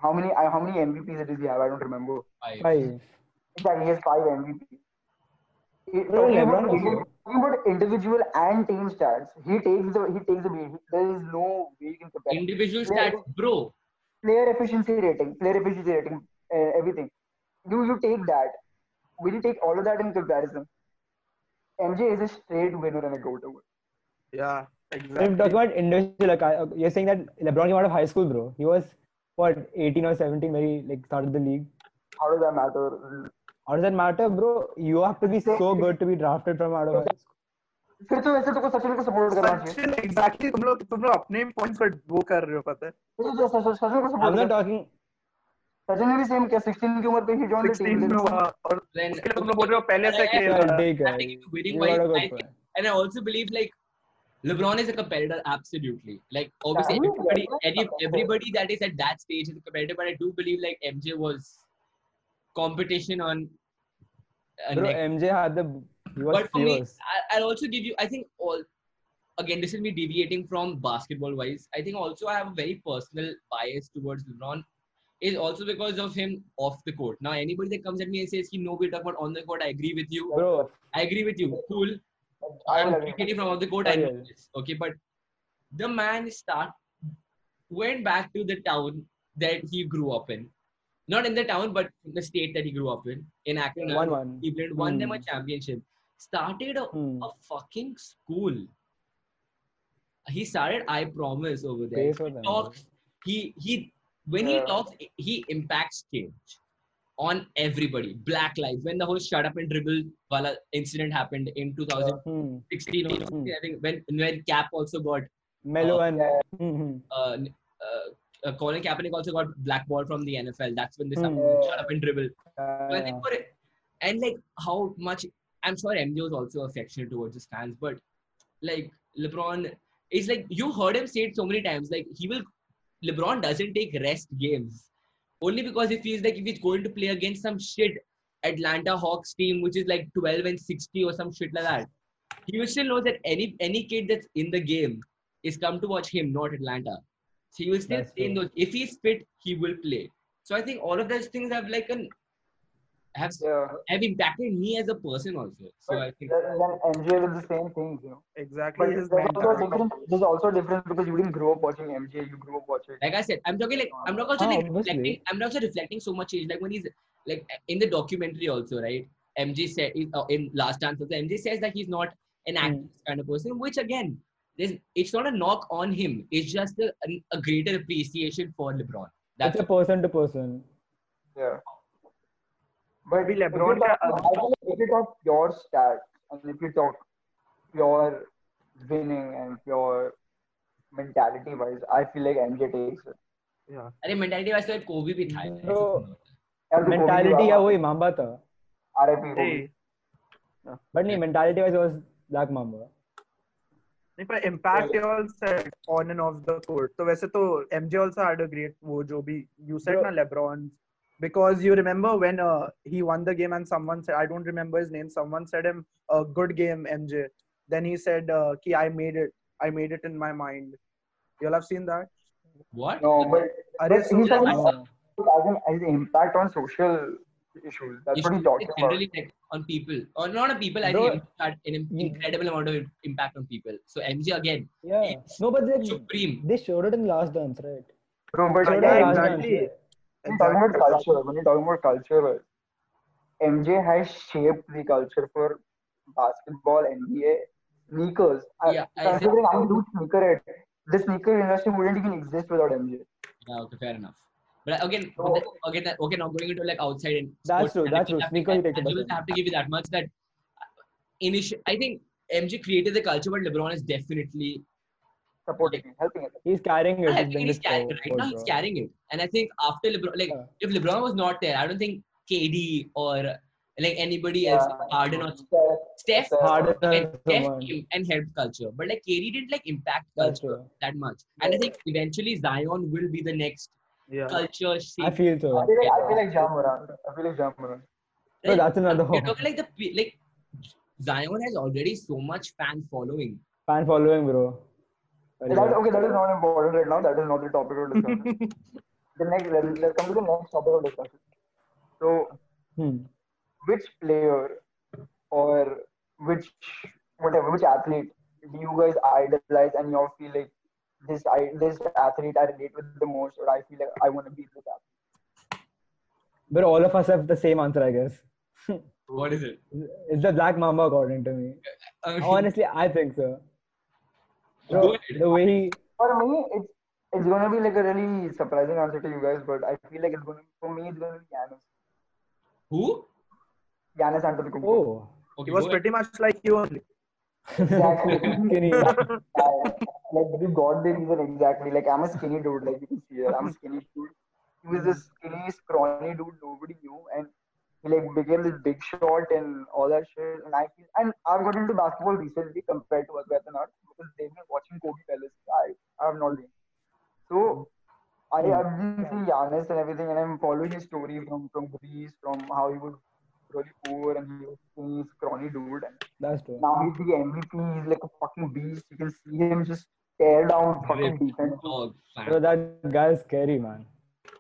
Speaker 1: how many I- how many MVPs does he have? I don't remember.
Speaker 4: Five.
Speaker 2: five.
Speaker 1: Exactly, he has five MVPs. He-
Speaker 2: Bro,
Speaker 1: talking
Speaker 2: LeBron
Speaker 1: about
Speaker 2: also.
Speaker 1: indi- talking about individual and team stats, he takes the he takes the beat. He- There is no way you can compare.
Speaker 4: Individual
Speaker 1: Yeah.
Speaker 4: stats, bro.
Speaker 1: player efficiency rating, player efficiency rating, uh, everything. You you take that. Will you take all of that in comparison? MJ is a straight winner and a goat award.
Speaker 3: Yeah.
Speaker 2: If talking
Speaker 3: Exactly.
Speaker 2: about individual, like I- you're saying that LeBron came out of high school, bro. He was what 18 or 17 when he like started the league.
Speaker 1: How does that matter?
Speaker 2: How does that matter, bro? You have to be so good to be drafted from out of high school.
Speaker 1: फिर तो वैसे तो सचिन को support करना चाहिए
Speaker 3: Sachin exactly तुम लोग तुम लोग अपने पॉइंट्स पर वो कर रहे हो पता है
Speaker 1: फिर तो सचिन को
Speaker 2: I'm
Speaker 1: सपोर्ट
Speaker 2: not
Speaker 1: करना
Speaker 2: talking.
Speaker 1: सचिन ने भी सेम किया 16 की उम्र पे ही जॉइन द
Speaker 3: 16 में हुआ और
Speaker 4: Then
Speaker 3: उसके लिए तुम लोग बोल रहे हो पहले से uh,
Speaker 4: Yeah,
Speaker 3: खेल
Speaker 2: Yeah,
Speaker 3: रहा है।
Speaker 2: take it.
Speaker 4: I think if you're winning
Speaker 2: You
Speaker 4: wise,
Speaker 2: gotta go for
Speaker 4: I think-
Speaker 2: it.
Speaker 4: and I also believe like LeBron is a competitor, absolutely. Like obviously
Speaker 1: Yeah,
Speaker 4: everybody,
Speaker 1: yeah,
Speaker 4: any,
Speaker 1: yeah.
Speaker 4: everybody that is at that stage is a competitor, but I do believe like MJ was competition on. a
Speaker 2: Bro,
Speaker 4: next-
Speaker 2: MJ had the. He was
Speaker 4: but for me,
Speaker 2: fierce.
Speaker 4: I, I'll also give you. I think all. Again, this will be deviating from basketball wise. I think also I have a very personal bias towards LeBron. Is also because of him off the court. Now anybody that comes at me and says, "He no, we're talking about on the court." I agree with you.
Speaker 2: Bro,
Speaker 4: I agree with you. Cool. I'm
Speaker 1: चाहिए
Speaker 4: completely from off the court. I know
Speaker 2: Sorry.
Speaker 4: this. Okay, but the man start went back to the town that he grew up in. Not in the town, but in the state that he grew up in. In Akron,
Speaker 2: one one.
Speaker 4: Cleveland, won them a
Speaker 2: Hmm.
Speaker 4: championship. Started a,
Speaker 2: Hmm.
Speaker 4: a fucking school. He started I Promise over there.
Speaker 2: Pays for them. bro.
Speaker 4: Talks. He he when he
Speaker 1: Yeah.
Speaker 4: talks, he impacts change on everybody. Black lives. When the whole shut up and dribble wala incident happened in 2000,
Speaker 2: Hmm.
Speaker 4: 16 or 16, I think when when Cap also got
Speaker 2: Melo
Speaker 4: Uh,
Speaker 2: and Hmm, hmm.
Speaker 4: uh, n- uh, uh, Colin Kaepernick also got blackballed from the NFL. That's when they started
Speaker 2: Hmm.
Speaker 4: shut up and dribble. So I
Speaker 2: Yeah,
Speaker 4: think for it, and like how much I'm sure MJ was also affectionate towards his fans, but like LeBron is like you heard him say it so many times. Like he will, LeBron doesn't take rest games only because he feels like if he's going to play against some shit Atlanta Hawks team which is like 12 and 60 or some shit like that, he will still know that any any kid that's in the game is come to watch him, not Atlanta. So he will still
Speaker 2: That's
Speaker 4: stay in
Speaker 2: true.
Speaker 4: those. If he's fit, he will play. So I think all of those things have like an have have impacted me as a person also. So I think
Speaker 1: then MJ was the same thing you know
Speaker 3: Exactly.
Speaker 1: but
Speaker 3: His
Speaker 1: there's also a
Speaker 3: mentality.
Speaker 1: difference there's also a difference because you didn't grow up watching MJ you grew up watching
Speaker 4: like I said, I'm talking like I'm not also
Speaker 2: Ah,
Speaker 4: like
Speaker 2: obviously.
Speaker 4: reflecting. I'm not also reflecting so much change. Like when he's like in the documentary also, right? MJ said uh, in Last Dance also, MJ says that he's not an
Speaker 2: Hmm.
Speaker 4: active kind of person, which again, there's it's not a knock on him. It's just a, an- a greater appreciation for LeBron. That's
Speaker 2: It's a person to person.
Speaker 1: yeah but
Speaker 3: Maybe LeBron
Speaker 1: if you talk-
Speaker 3: का-
Speaker 1: I feel like if you talk pure stats and if you talk pure winning and pure mentality wise I feel like MJ takes it
Speaker 3: Yeah.
Speaker 4: अरे mentality वैसे कोबी भी था ऐसा
Speaker 2: Bro,
Speaker 4: नहीं होता।
Speaker 2: Mentality
Speaker 3: oh,
Speaker 2: या वही मांबा था.
Speaker 1: RIP
Speaker 3: Hey,
Speaker 1: Kobe.
Speaker 2: But नहीं mentality wise was black mamba.
Speaker 3: नहीं पर impact you all said on and off the court. तो वैसे तो MJ also had a great वो जो भी you said
Speaker 2: Bro.
Speaker 3: ना LeBron because you remember when uh, he won the game and someone said I don't remember his name someone said him a uh, good game MJ then he said uh, कि I made it I made it in my mind you all have seen that
Speaker 4: What?
Speaker 1: No, but
Speaker 3: अरे
Speaker 1: But
Speaker 3: so
Speaker 1: he's
Speaker 4: I-
Speaker 1: having- has an, has an impact on social issues. That's what
Speaker 4: issues
Speaker 1: he's
Speaker 4: it
Speaker 1: talking about.
Speaker 4: generally like on people or not on people. I
Speaker 2: Bro,
Speaker 4: think it had an im-
Speaker 2: you-
Speaker 4: incredible amount of impact on people. So MJ again,
Speaker 2: Yeah. No, but they,
Speaker 4: supreme.
Speaker 2: they showed it in last dance, right?
Speaker 1: No, but
Speaker 2: Showed it
Speaker 1: yeah,
Speaker 2: in
Speaker 3: Yeah,
Speaker 2: last
Speaker 1: exactly.
Speaker 2: dance.
Speaker 3: exactly.
Speaker 2: right?
Speaker 1: When you're talking about
Speaker 3: Exactly.
Speaker 1: culture, when you're talking about culture, MJ has shaped the culture for basketball, NBA, sneakers. I-
Speaker 4: Yeah, I think-
Speaker 1: Considering I'm a huge sneakerhead, the sneaker industry wouldn't even exist without MJ.
Speaker 4: Yeah, okay, fair enough. But again,
Speaker 1: So-
Speaker 4: okay, okay, that- okay, now going into like outside and
Speaker 2: That's true, that's true. Sneaker you take
Speaker 4: I
Speaker 2: it
Speaker 4: will
Speaker 2: back.
Speaker 4: have to give you that much that initial. I think MJ created the culture, but LeBron is definitely.
Speaker 1: Supporting it, helping it.
Speaker 2: He's carrying it.
Speaker 4: I
Speaker 2: with
Speaker 4: think he's
Speaker 2: Dennis
Speaker 4: carrying
Speaker 2: Scott,
Speaker 4: right now. He's
Speaker 2: bro.
Speaker 4: carrying it, and I think after LeBron, like
Speaker 2: Yeah.
Speaker 4: if LeBron was not there, I don't think KD or like anybody else,
Speaker 1: Yeah.
Speaker 4: Harden or
Speaker 1: Yeah.
Speaker 4: Steph,
Speaker 1: Steph.
Speaker 2: Harder
Speaker 4: and
Speaker 2: than
Speaker 4: Steph
Speaker 2: someone.
Speaker 4: came and helped culture, but like KD didn't like impact
Speaker 2: That's
Speaker 4: culture
Speaker 2: true.
Speaker 4: that much. And I think eventually Zion will be the next
Speaker 3: Yeah.
Speaker 4: culture
Speaker 2: I
Speaker 4: shape.
Speaker 2: feel so.
Speaker 1: I feel like, I feel like John Moran. I feel like John Moran.
Speaker 2: No, that's another
Speaker 4: You're
Speaker 2: one.
Speaker 4: talking like the pe- like Zion has already so much fan following.
Speaker 2: Fan following, bro. Very
Speaker 1: That,
Speaker 2: good.
Speaker 1: okay, that is not important right now. That is not the topic of discussion. the next, let, let's come to the next topic of discussion. So,
Speaker 2: Hmm.
Speaker 1: which player or which whatever which athlete do you guys idolize and you all feel like this I, this athlete I relate with the most or I feel like I want to be this athlete.
Speaker 2: But all of us have the same answer, I guess.
Speaker 4: What is it?
Speaker 2: It's the Black Mamba according to me.
Speaker 4: I mean,
Speaker 2: Honestly, I think so. Bro,
Speaker 4: Go ahead.
Speaker 2: the way he,
Speaker 1: For me, it's it's gonna be like a really surprising answer to you guys, but I feel like it's gonna for me it's gonna be Giannis.
Speaker 4: who?
Speaker 1: Giannis Antetokounmpo.
Speaker 2: oh,
Speaker 4: Okay,
Speaker 3: He was
Speaker 4: go
Speaker 3: pretty much like you only.
Speaker 2: skinny.
Speaker 1: I- like you got the reason exactly. Like I'm a skinny dude, like you can see here. I'm a skinny dude. He was this skinny, scrawny dude nobody knew, and he like became this big shot and all that shit. And I feel, and I've gotten into basketball recently compared to Advait and Art because they've been watching Kobe Pellis. I I'm not doing. So I have been seeing Giannis and everything, and I'm following his story from from Greece, from how he was really poor and he was skinny, scrawny dude, and
Speaker 2: That's true.
Speaker 1: now he's the MVP. He's like a fucking beast. You can see him just tear down fucking
Speaker 4: ahead. Oh,
Speaker 1: defense.
Speaker 4: Dog, fan.
Speaker 2: Bro, that guy is scary, man.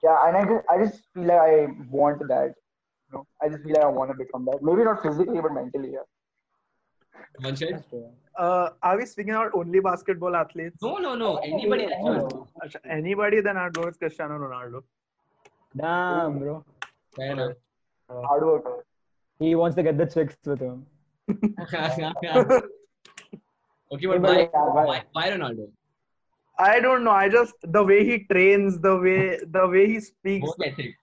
Speaker 1: Yeah, and I just, I just feel like I want that. You know, I just feel like I want to become that. Maybe not physically, but mentally. Yeah.
Speaker 4: Vanshad?
Speaker 2: That's true.
Speaker 3: Uh, are we speaking about only basketball athletes?
Speaker 4: No, no, no.
Speaker 2: Oh,
Speaker 4: Anybody that you want.
Speaker 3: Acha, Anybody? Then I'd go with Cristiano Ronaldo.
Speaker 2: Damn, bro.
Speaker 4: Fair enough.
Speaker 1: Hard worker.
Speaker 2: He wants to get the chicks with him.
Speaker 4: okay, but
Speaker 1: But
Speaker 4: why,
Speaker 1: yeah, why-
Speaker 4: why, why Ronaldo?
Speaker 3: I don't know. I just the way he trains, the way the way he speaks,
Speaker 4: Work ethic.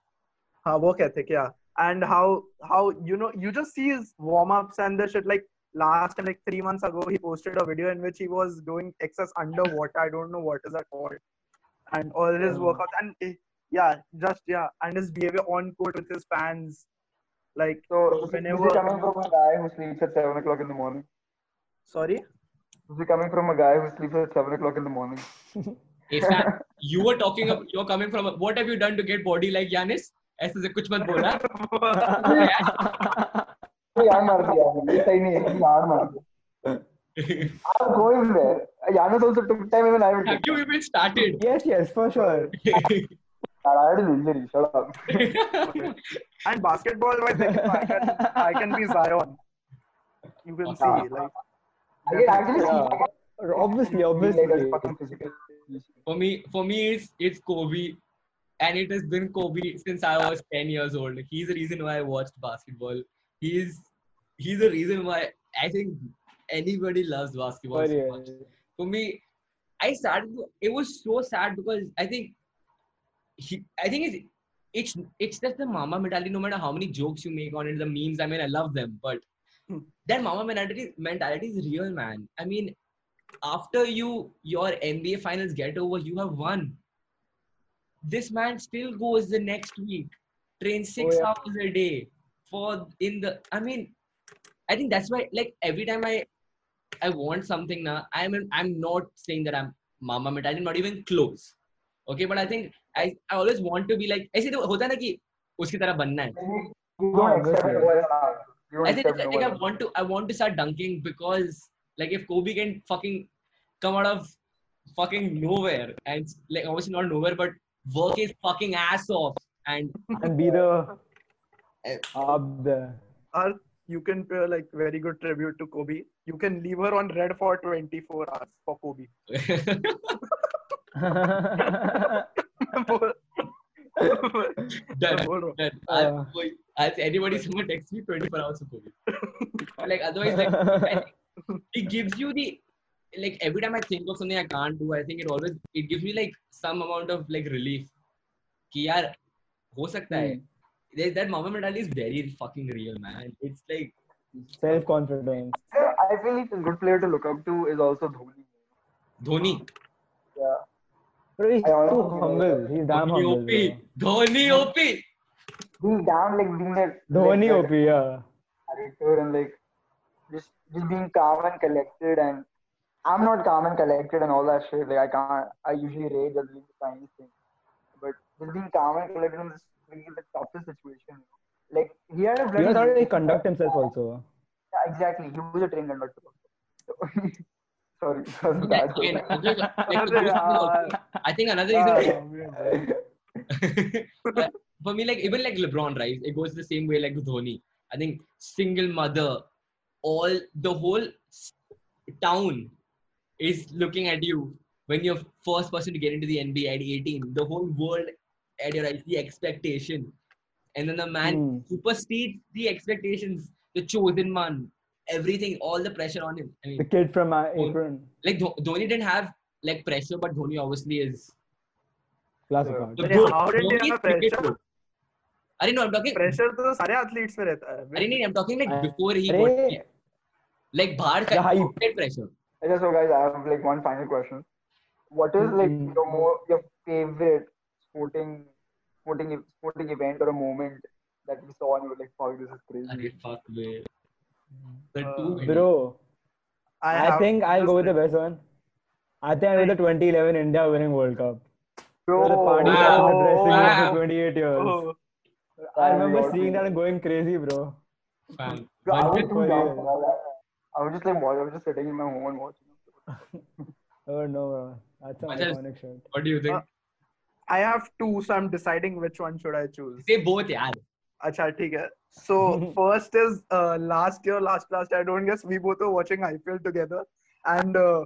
Speaker 3: हाँ, work ethic, yeah, and how how you know you just see his warm ups and the shit. Like last time, like three months ago, he posted a video in which he was doing excess underwater. I don't know what is that called, and all his
Speaker 2: Oh.
Speaker 3: workouts and eh, yeah, just yeah, and his behavior on court with his fans, like
Speaker 1: So this is- this
Speaker 3: Whenever-
Speaker 1: is coming from a guy who sleeps at seven o'clock in the morning.
Speaker 3: sorry.
Speaker 1: This is coming from a guy who sleeps at seven o'clock in the morning.
Speaker 4: Hey, Sam, you were talking about, you're coming from, a, what have you done to get body like Giannis? ऐसे से कुछ मत बोला
Speaker 1: Hey, यार मार दिया हमने, सही नहीं है, यार मार दिया. I'm going there. Giannis also took time even I will
Speaker 4: have
Speaker 1: take
Speaker 4: you even started
Speaker 2: yes, yes, for sure.
Speaker 1: time. I had an injury. Shut up.
Speaker 3: And basketball wise, like, I can I can be Zion. You can see like
Speaker 1: I can actually see. I
Speaker 2: Yeah.
Speaker 1: can
Speaker 2: Obviously,
Speaker 1: see like a
Speaker 2: obviously.
Speaker 1: fucking physical.
Speaker 4: for me for me it's it's kobe and it has been kobe since i was 10 years old he's the reason why i watched basketball he's he's the reason why i think anybody loves basketball
Speaker 2: For
Speaker 4: so
Speaker 2: real.
Speaker 4: much. for me i started to- it was so sad because i think he, i think it's it's it's just the mama mentality no matter how many jokes you make on it the memes i mean i love them but that mama mentality mentality is real man i mean after you your nba finals get over you have won this man still goes the next week trains six
Speaker 2: yeah.
Speaker 4: hours a day for in the i mean i think that's why like every time i i want something now i'm i'm not saying that i'm mama mentality not even close okay but i think i i always want to be like ऐसे तो होता है ना कि उसकी तरह बनना है
Speaker 1: You don't accept
Speaker 2: obviously.
Speaker 1: no one else. You don't
Speaker 4: I think,
Speaker 1: accept
Speaker 4: I
Speaker 1: no
Speaker 4: think
Speaker 1: one
Speaker 4: I
Speaker 1: else.
Speaker 4: want to I want to start dunking because like if Kobe can fucking come out of fucking nowhere and like obviously not nowhere but work his fucking ass off and
Speaker 2: And be the
Speaker 1: Eh.
Speaker 2: Up there.
Speaker 3: Arth, you can pay like very good tribute to Kobe. You can leave her on red for 24 hours for Kobe.
Speaker 4: Done.
Speaker 3: Bolo.
Speaker 4: Done.
Speaker 2: Uh.
Speaker 4: I'll, I'll say anybody, someone text me 24 hours of COVID. like otherwise, like I think it gives you the like every time I think of something I can't do, I think it always it gives me like some amount of like relief. कि यार हो सकता है. There's that mama mentality is very fucking real, man. It's like
Speaker 2: Self confidence.
Speaker 1: Yeah, I feel he's a good player to look up to is also Dhoni.
Speaker 4: Dhoni.
Speaker 1: Yeah.
Speaker 2: Bro, he's
Speaker 1: I
Speaker 2: too
Speaker 1: honestly don't
Speaker 2: humble.
Speaker 1: know.
Speaker 2: He's damn
Speaker 4: Dhoni
Speaker 2: humble.
Speaker 4: OP.
Speaker 2: bro.
Speaker 4: Dhoni OP.
Speaker 1: Being down, like being that
Speaker 2: Dhoni
Speaker 1: like,
Speaker 2: OP, yeah.
Speaker 1: character and like just just being calm and collected and I'm not calm and collected and all that shit. Like I can't I usually rage at the tiniest thing. But just being calm and collected in this like, in the toughest situation. Like he had a
Speaker 2: You know
Speaker 1: bloody
Speaker 2: how he conduct himself also.
Speaker 1: Yeah, exactly. He was a train conductor. also. Sorry, that was a bad joke.
Speaker 4: And other, like, to do something also- I think another reason
Speaker 3: Ah,
Speaker 4: is
Speaker 3: man.
Speaker 4: But for me, like even like LeBron, right? It goes the same way like with Dhoni. I think single mother, all the whole s- town is looking at you when you're first person to get into the NBA at 18. The whole world at your eyes, the expectation, and then the man
Speaker 2: Hmm.
Speaker 4: supersedes the expectations. The chosen one, everything, all the pressure on him. I
Speaker 2: The
Speaker 4: mean,
Speaker 2: kid from uh, Apron.
Speaker 4: like Dho- Dhoni didn't have like pressure, but Dhoni obviously is
Speaker 2: Classic
Speaker 1: Yeah.
Speaker 2: part.
Speaker 4: the
Speaker 3: अरे
Speaker 4: goat.
Speaker 3: how did they
Speaker 4: Dhoni is
Speaker 3: have
Speaker 4: cricket
Speaker 3: pressure?
Speaker 4: goat. अरे no, I'm talking
Speaker 3: pressure तो सारे athletes में रहता है
Speaker 4: अरे नहीं I am talking like before ही
Speaker 2: अरे-
Speaker 4: गॉट लाइक बाहर
Speaker 2: The
Speaker 4: का
Speaker 2: hype.
Speaker 4: Outside pressure
Speaker 1: Okay, so guys, I have like one final question. What is like
Speaker 2: Mm.
Speaker 1: your more your favorite sporting sporting ev- sporting event or a moment that you saw and you were like, "Fuck, this is
Speaker 4: अरे
Speaker 1: crazy."
Speaker 4: Fuck way the
Speaker 3: Uh,
Speaker 4: to
Speaker 2: Bro, I,
Speaker 3: have
Speaker 2: think I'll
Speaker 3: this
Speaker 2: go with the best one. I think I'll go with the 2011 India winning World Cup.
Speaker 1: Bro,
Speaker 2: the party
Speaker 4: Wow.
Speaker 2: after the dressing room
Speaker 4: Wow.
Speaker 2: for 28 years.
Speaker 3: Oh,
Speaker 2: I remember seeing that and going crazy, bro.
Speaker 4: Fan
Speaker 1: Bro, I was
Speaker 2: Hundred
Speaker 1: too
Speaker 2: for
Speaker 1: young.
Speaker 2: years.
Speaker 1: for all that. I was just like, wa- I was just sitting in my home and watching.
Speaker 2: Oh no, bro. That's an
Speaker 4: Myself.
Speaker 2: iconic shot.
Speaker 4: What do you
Speaker 3: Uh,
Speaker 4: think
Speaker 3: I have two, so I'm deciding which one should I choose.
Speaker 4: Say both यार
Speaker 3: अच्छा ठीक है. So first is uh, last year, last last. I don't guess we both were watching IPL together, and uh,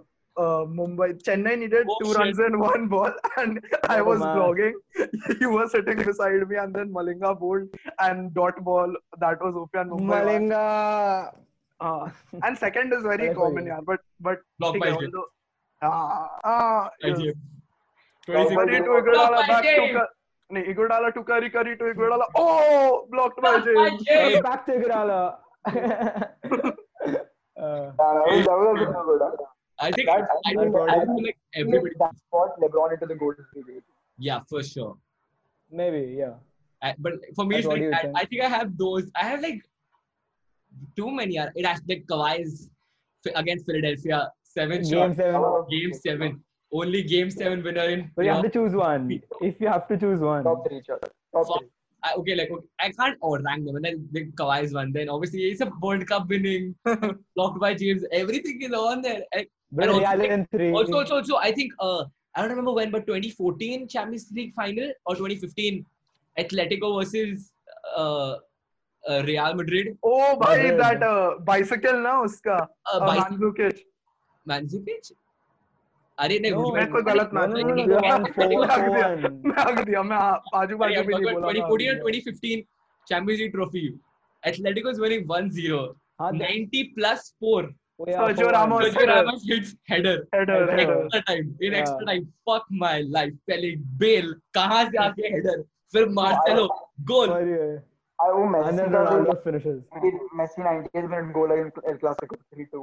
Speaker 3: uh, Mumbai Chennai needed
Speaker 4: Oh,
Speaker 3: two
Speaker 4: shit.
Speaker 3: runs in one ball, and I
Speaker 2: Oh,
Speaker 3: was
Speaker 2: man.
Speaker 3: vlogging. you were sitting beside me, and then Malinga bowled and dot ball that was OP and Mumbai. won.
Speaker 2: Malinga.
Speaker 3: Uh, and second is very
Speaker 2: Sorry for
Speaker 3: common,
Speaker 2: you.
Speaker 3: yeah. But but
Speaker 4: block
Speaker 3: ठीक है,
Speaker 4: by J
Speaker 3: although- ah, ah, yes.
Speaker 1: Block by
Speaker 3: Curry
Speaker 1: Jay.
Speaker 3: to Iguodala
Speaker 4: Blocked by
Speaker 3: back to
Speaker 4: James.
Speaker 3: Cur- नहीं, Iguodala to Curry, Curry to Iguodala. Oh, blocked by
Speaker 4: Blocked by
Speaker 3: James.
Speaker 4: James.
Speaker 2: Back to Kerala. uh,
Speaker 1: Yeah, that was, that was also so good. huh?
Speaker 4: I think
Speaker 1: That I
Speaker 4: I
Speaker 1: think
Speaker 2: think-
Speaker 1: I
Speaker 2: I
Speaker 1: think
Speaker 4: like everybody
Speaker 1: that spot LeBron into the golden debate.
Speaker 4: या for sure
Speaker 2: maybe, yeah.
Speaker 4: I, but for me,
Speaker 2: That's
Speaker 4: it's
Speaker 2: what
Speaker 4: like
Speaker 2: you
Speaker 4: that.
Speaker 2: think.
Speaker 4: I think I have those. I have like too many. Are it actually like Kawhi's fi- against Philadelphia seven
Speaker 2: Game
Speaker 4: shot
Speaker 2: seven.
Speaker 4: game seven. Only game seven winner in.
Speaker 2: But you have to
Speaker 4: playoff.
Speaker 2: choose one. If you have to choose one.
Speaker 1: Top three, sure. Top
Speaker 4: Fuck.
Speaker 1: three.
Speaker 4: I, okay, like okay, I can't outrank them. And then the Kawhi's one. Then obviously it's a World Cup winning, blocked by James. Everything is on there. And
Speaker 2: But
Speaker 4: And
Speaker 2: Ray
Speaker 4: also-
Speaker 2: Allen three.
Speaker 4: also, also, also, I think uh, I don't remember when, but 2014 Champions League final or 2015 Atletico versus uh, uh, Real Madrid.
Speaker 3: Oh, भाई
Speaker 2: Madrid.
Speaker 3: that uh, bicycle ना उसका
Speaker 4: Uh,
Speaker 3: uh,
Speaker 2: Oh,
Speaker 4: by
Speaker 3: Mandzukic.
Speaker 4: Manzukic? अरे नहीं
Speaker 2: No,
Speaker 4: वो-
Speaker 3: मैं कोई गलत
Speaker 2: No, no,
Speaker 3: match
Speaker 2: no, no,
Speaker 3: नहीं
Speaker 2: the
Speaker 3: किया
Speaker 2: one, four,
Speaker 3: मैं
Speaker 2: four,
Speaker 3: हक दिया
Speaker 2: one.
Speaker 3: मैं हक दिया मैं आजू
Speaker 4: अरे,
Speaker 3: बाजू
Speaker 4: I'm
Speaker 3: भी
Speaker 4: talking
Speaker 3: नहीं
Speaker 4: about
Speaker 3: बोला
Speaker 4: 2014 or 2015 Champions League trophy. Atletico is winning 1-0.
Speaker 2: Huh?
Speaker 4: 90 plus 4.
Speaker 2: Oh, yeah, four,
Speaker 3: Sergio
Speaker 2: one.
Speaker 3: Ramos.
Speaker 4: Sergio Ramos hits header.
Speaker 3: header
Speaker 2: Header.
Speaker 3: header
Speaker 4: Extra time. In
Speaker 2: Yeah.
Speaker 4: extra time. Fuck my life. पहले Bale कहाँ से आके header फिर Marcelo goal
Speaker 2: For you.
Speaker 1: I owe
Speaker 2: And
Speaker 1: Messi
Speaker 2: then
Speaker 1: the like,
Speaker 2: Ronaldo finishes.
Speaker 1: did Messi 90th minute goal against El Clasico 3 2.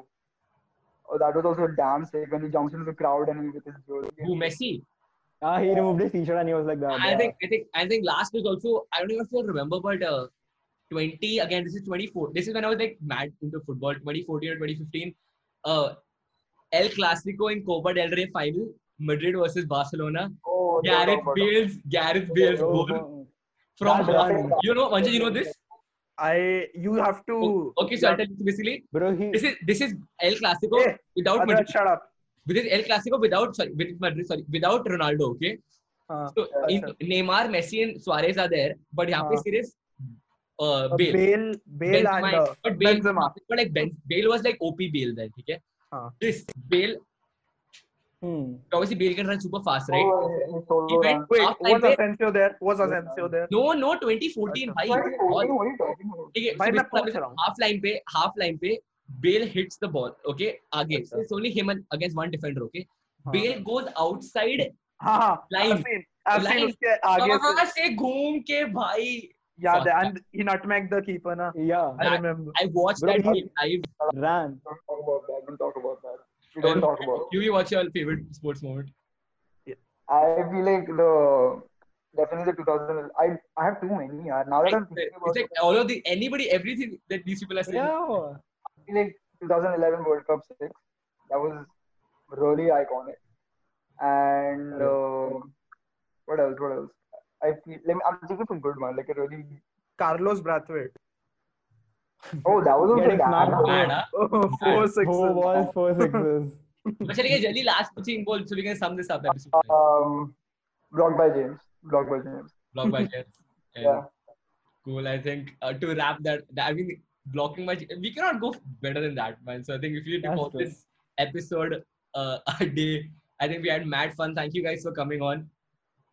Speaker 1: Oh, that was also damn sick when he jumps into the crowd and he with his jersey.
Speaker 4: who Messi
Speaker 2: Ah, he removed his t-shirt and he was like that.
Speaker 4: I
Speaker 2: yeah.
Speaker 4: think I think I think last was also I don't even feel remember, but uh, 20 again. This is 24. This is when I was like mad into football. 2014 or 2015. Uh, El Clasico in Copa del Rey final. Madrid versus Barcelona.
Speaker 1: Oh, no,
Speaker 4: Gareth
Speaker 1: no, no.
Speaker 4: Bale's Gareth Bale's
Speaker 2: Oh,
Speaker 4: goal
Speaker 2: oh.
Speaker 4: from
Speaker 2: that run.
Speaker 4: you know Manjit, you know this.
Speaker 3: I you have to
Speaker 4: Okay, so I'll tell you basically
Speaker 2: Bro, he
Speaker 4: this is this is El Clasico
Speaker 3: Hey,
Speaker 4: without
Speaker 3: Adrat,
Speaker 4: Madrid.
Speaker 3: shut up
Speaker 4: This is El Clasico without sorry with Madrid sorry without Ronaldo. Okay.
Speaker 3: हाँ,
Speaker 4: So in
Speaker 3: अच्छा.
Speaker 4: Neymar, Messi, and Suarez are there, but यहाँ पे
Speaker 3: हाँ.
Speaker 4: सिर्फ uh, Bale.
Speaker 3: Bale, Bale,
Speaker 4: Benzema,
Speaker 3: and uh,
Speaker 4: but Bale,
Speaker 3: Benzema.
Speaker 4: but like ben, Bale was like OP Bale then, ठीक है? तो
Speaker 3: हाँ.
Speaker 4: This Bale,
Speaker 2: Hmm.
Speaker 4: obviously Bale can run super fast, right?
Speaker 1: Oh,
Speaker 4: He
Speaker 1: solo
Speaker 4: went
Speaker 1: run.
Speaker 3: Wait,
Speaker 4: half
Speaker 3: was
Speaker 4: highway-
Speaker 3: Asensio there? Was Asensio there?
Speaker 4: No, no, 2014 भाई.
Speaker 1: What are you
Speaker 4: All-
Speaker 1: what are you talking about?
Speaker 4: ठीक है,
Speaker 3: भाई,
Speaker 4: so
Speaker 3: मैं
Speaker 4: basically
Speaker 3: पूछ रहा हूँ.
Speaker 4: half line पे half line पे Bale hits the ball, okay? आगे. So it's only him and- against one defender, okay?
Speaker 3: अच्छा। हाँ.
Speaker 4: Bale goes outside
Speaker 3: हाँ, हाँ.
Speaker 4: Line.
Speaker 3: I've seen, I've seen
Speaker 4: Line.
Speaker 3: उसके
Speaker 2: हाँ,
Speaker 3: आगे से.
Speaker 4: वहां से घूम के भाई.
Speaker 3: Yeah, the, and he nutmegged the keeper, na.
Speaker 2: Yeah.
Speaker 3: I
Speaker 4: That-
Speaker 3: remember.
Speaker 4: I watched
Speaker 2: Bro,
Speaker 4: that
Speaker 2: he-
Speaker 4: game live.
Speaker 2: Ran.
Speaker 1: Don't talk about that. Don't talk about that. We don't talk about.
Speaker 4: You, you what's your favorite sports moment?
Speaker 1: It. I feel like the definitely the 2000. I I have too many. Yeah. Now that I'm thinking
Speaker 4: It's
Speaker 1: about
Speaker 4: like all of the anybody, everything that these people are saying.
Speaker 2: Yeah.
Speaker 1: I feel like 2011 World Cup six. That was really iconic. And uh, what else? What else? I feel. Let me, I'm thinking of a good one. Like a really.
Speaker 3: Carlos Brathwaite.
Speaker 1: Oh, that was also
Speaker 2: Getting smacked.
Speaker 1: damn.
Speaker 4: Mad, huh?
Speaker 3: Oh, four sixes.
Speaker 2: Four balls, four sixes.
Speaker 4: But चलिए जल्दी last pitching ball so we can sum this up episode.
Speaker 1: Um, blocked by James. Blocked by James.
Speaker 4: Block by Jeff. And
Speaker 1: Yeah.
Speaker 4: Cool. I think uh, to wrap that, that- I mean, blocking by we cannot go better than that, man. So I think if you
Speaker 2: That's
Speaker 4: call
Speaker 2: true.
Speaker 4: this episode uh, a day, I think we had mad fun. Thank you guys for coming on.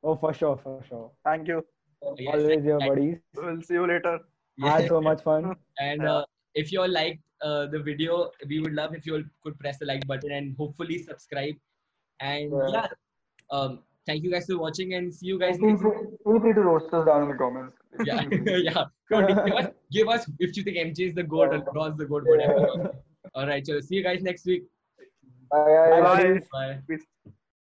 Speaker 2: Oh, for sure, for sure.
Speaker 3: Thank you.
Speaker 4: Yes,
Speaker 2: Always your
Speaker 4: thank-
Speaker 2: buddies.
Speaker 3: We'll see you later.
Speaker 4: yes.
Speaker 2: Had so much fun.
Speaker 4: And uh, if you all liked uh, the video, we would love if you all could press the like button and hopefully subscribe. And yeah,
Speaker 1: Yeah.
Speaker 4: um, thank you guys for watching and see you guys.
Speaker 1: Feel
Speaker 4: Next.
Speaker 1: free, feel free to roast us down in the comments.
Speaker 4: Yeah, yeah. Don't give, us, give us if you think MJ is the goat or Ron's the goat, whatever. All right, so see you guys next week.
Speaker 1: Bye, guys.
Speaker 3: Bye.
Speaker 4: Bye.
Speaker 3: Peace.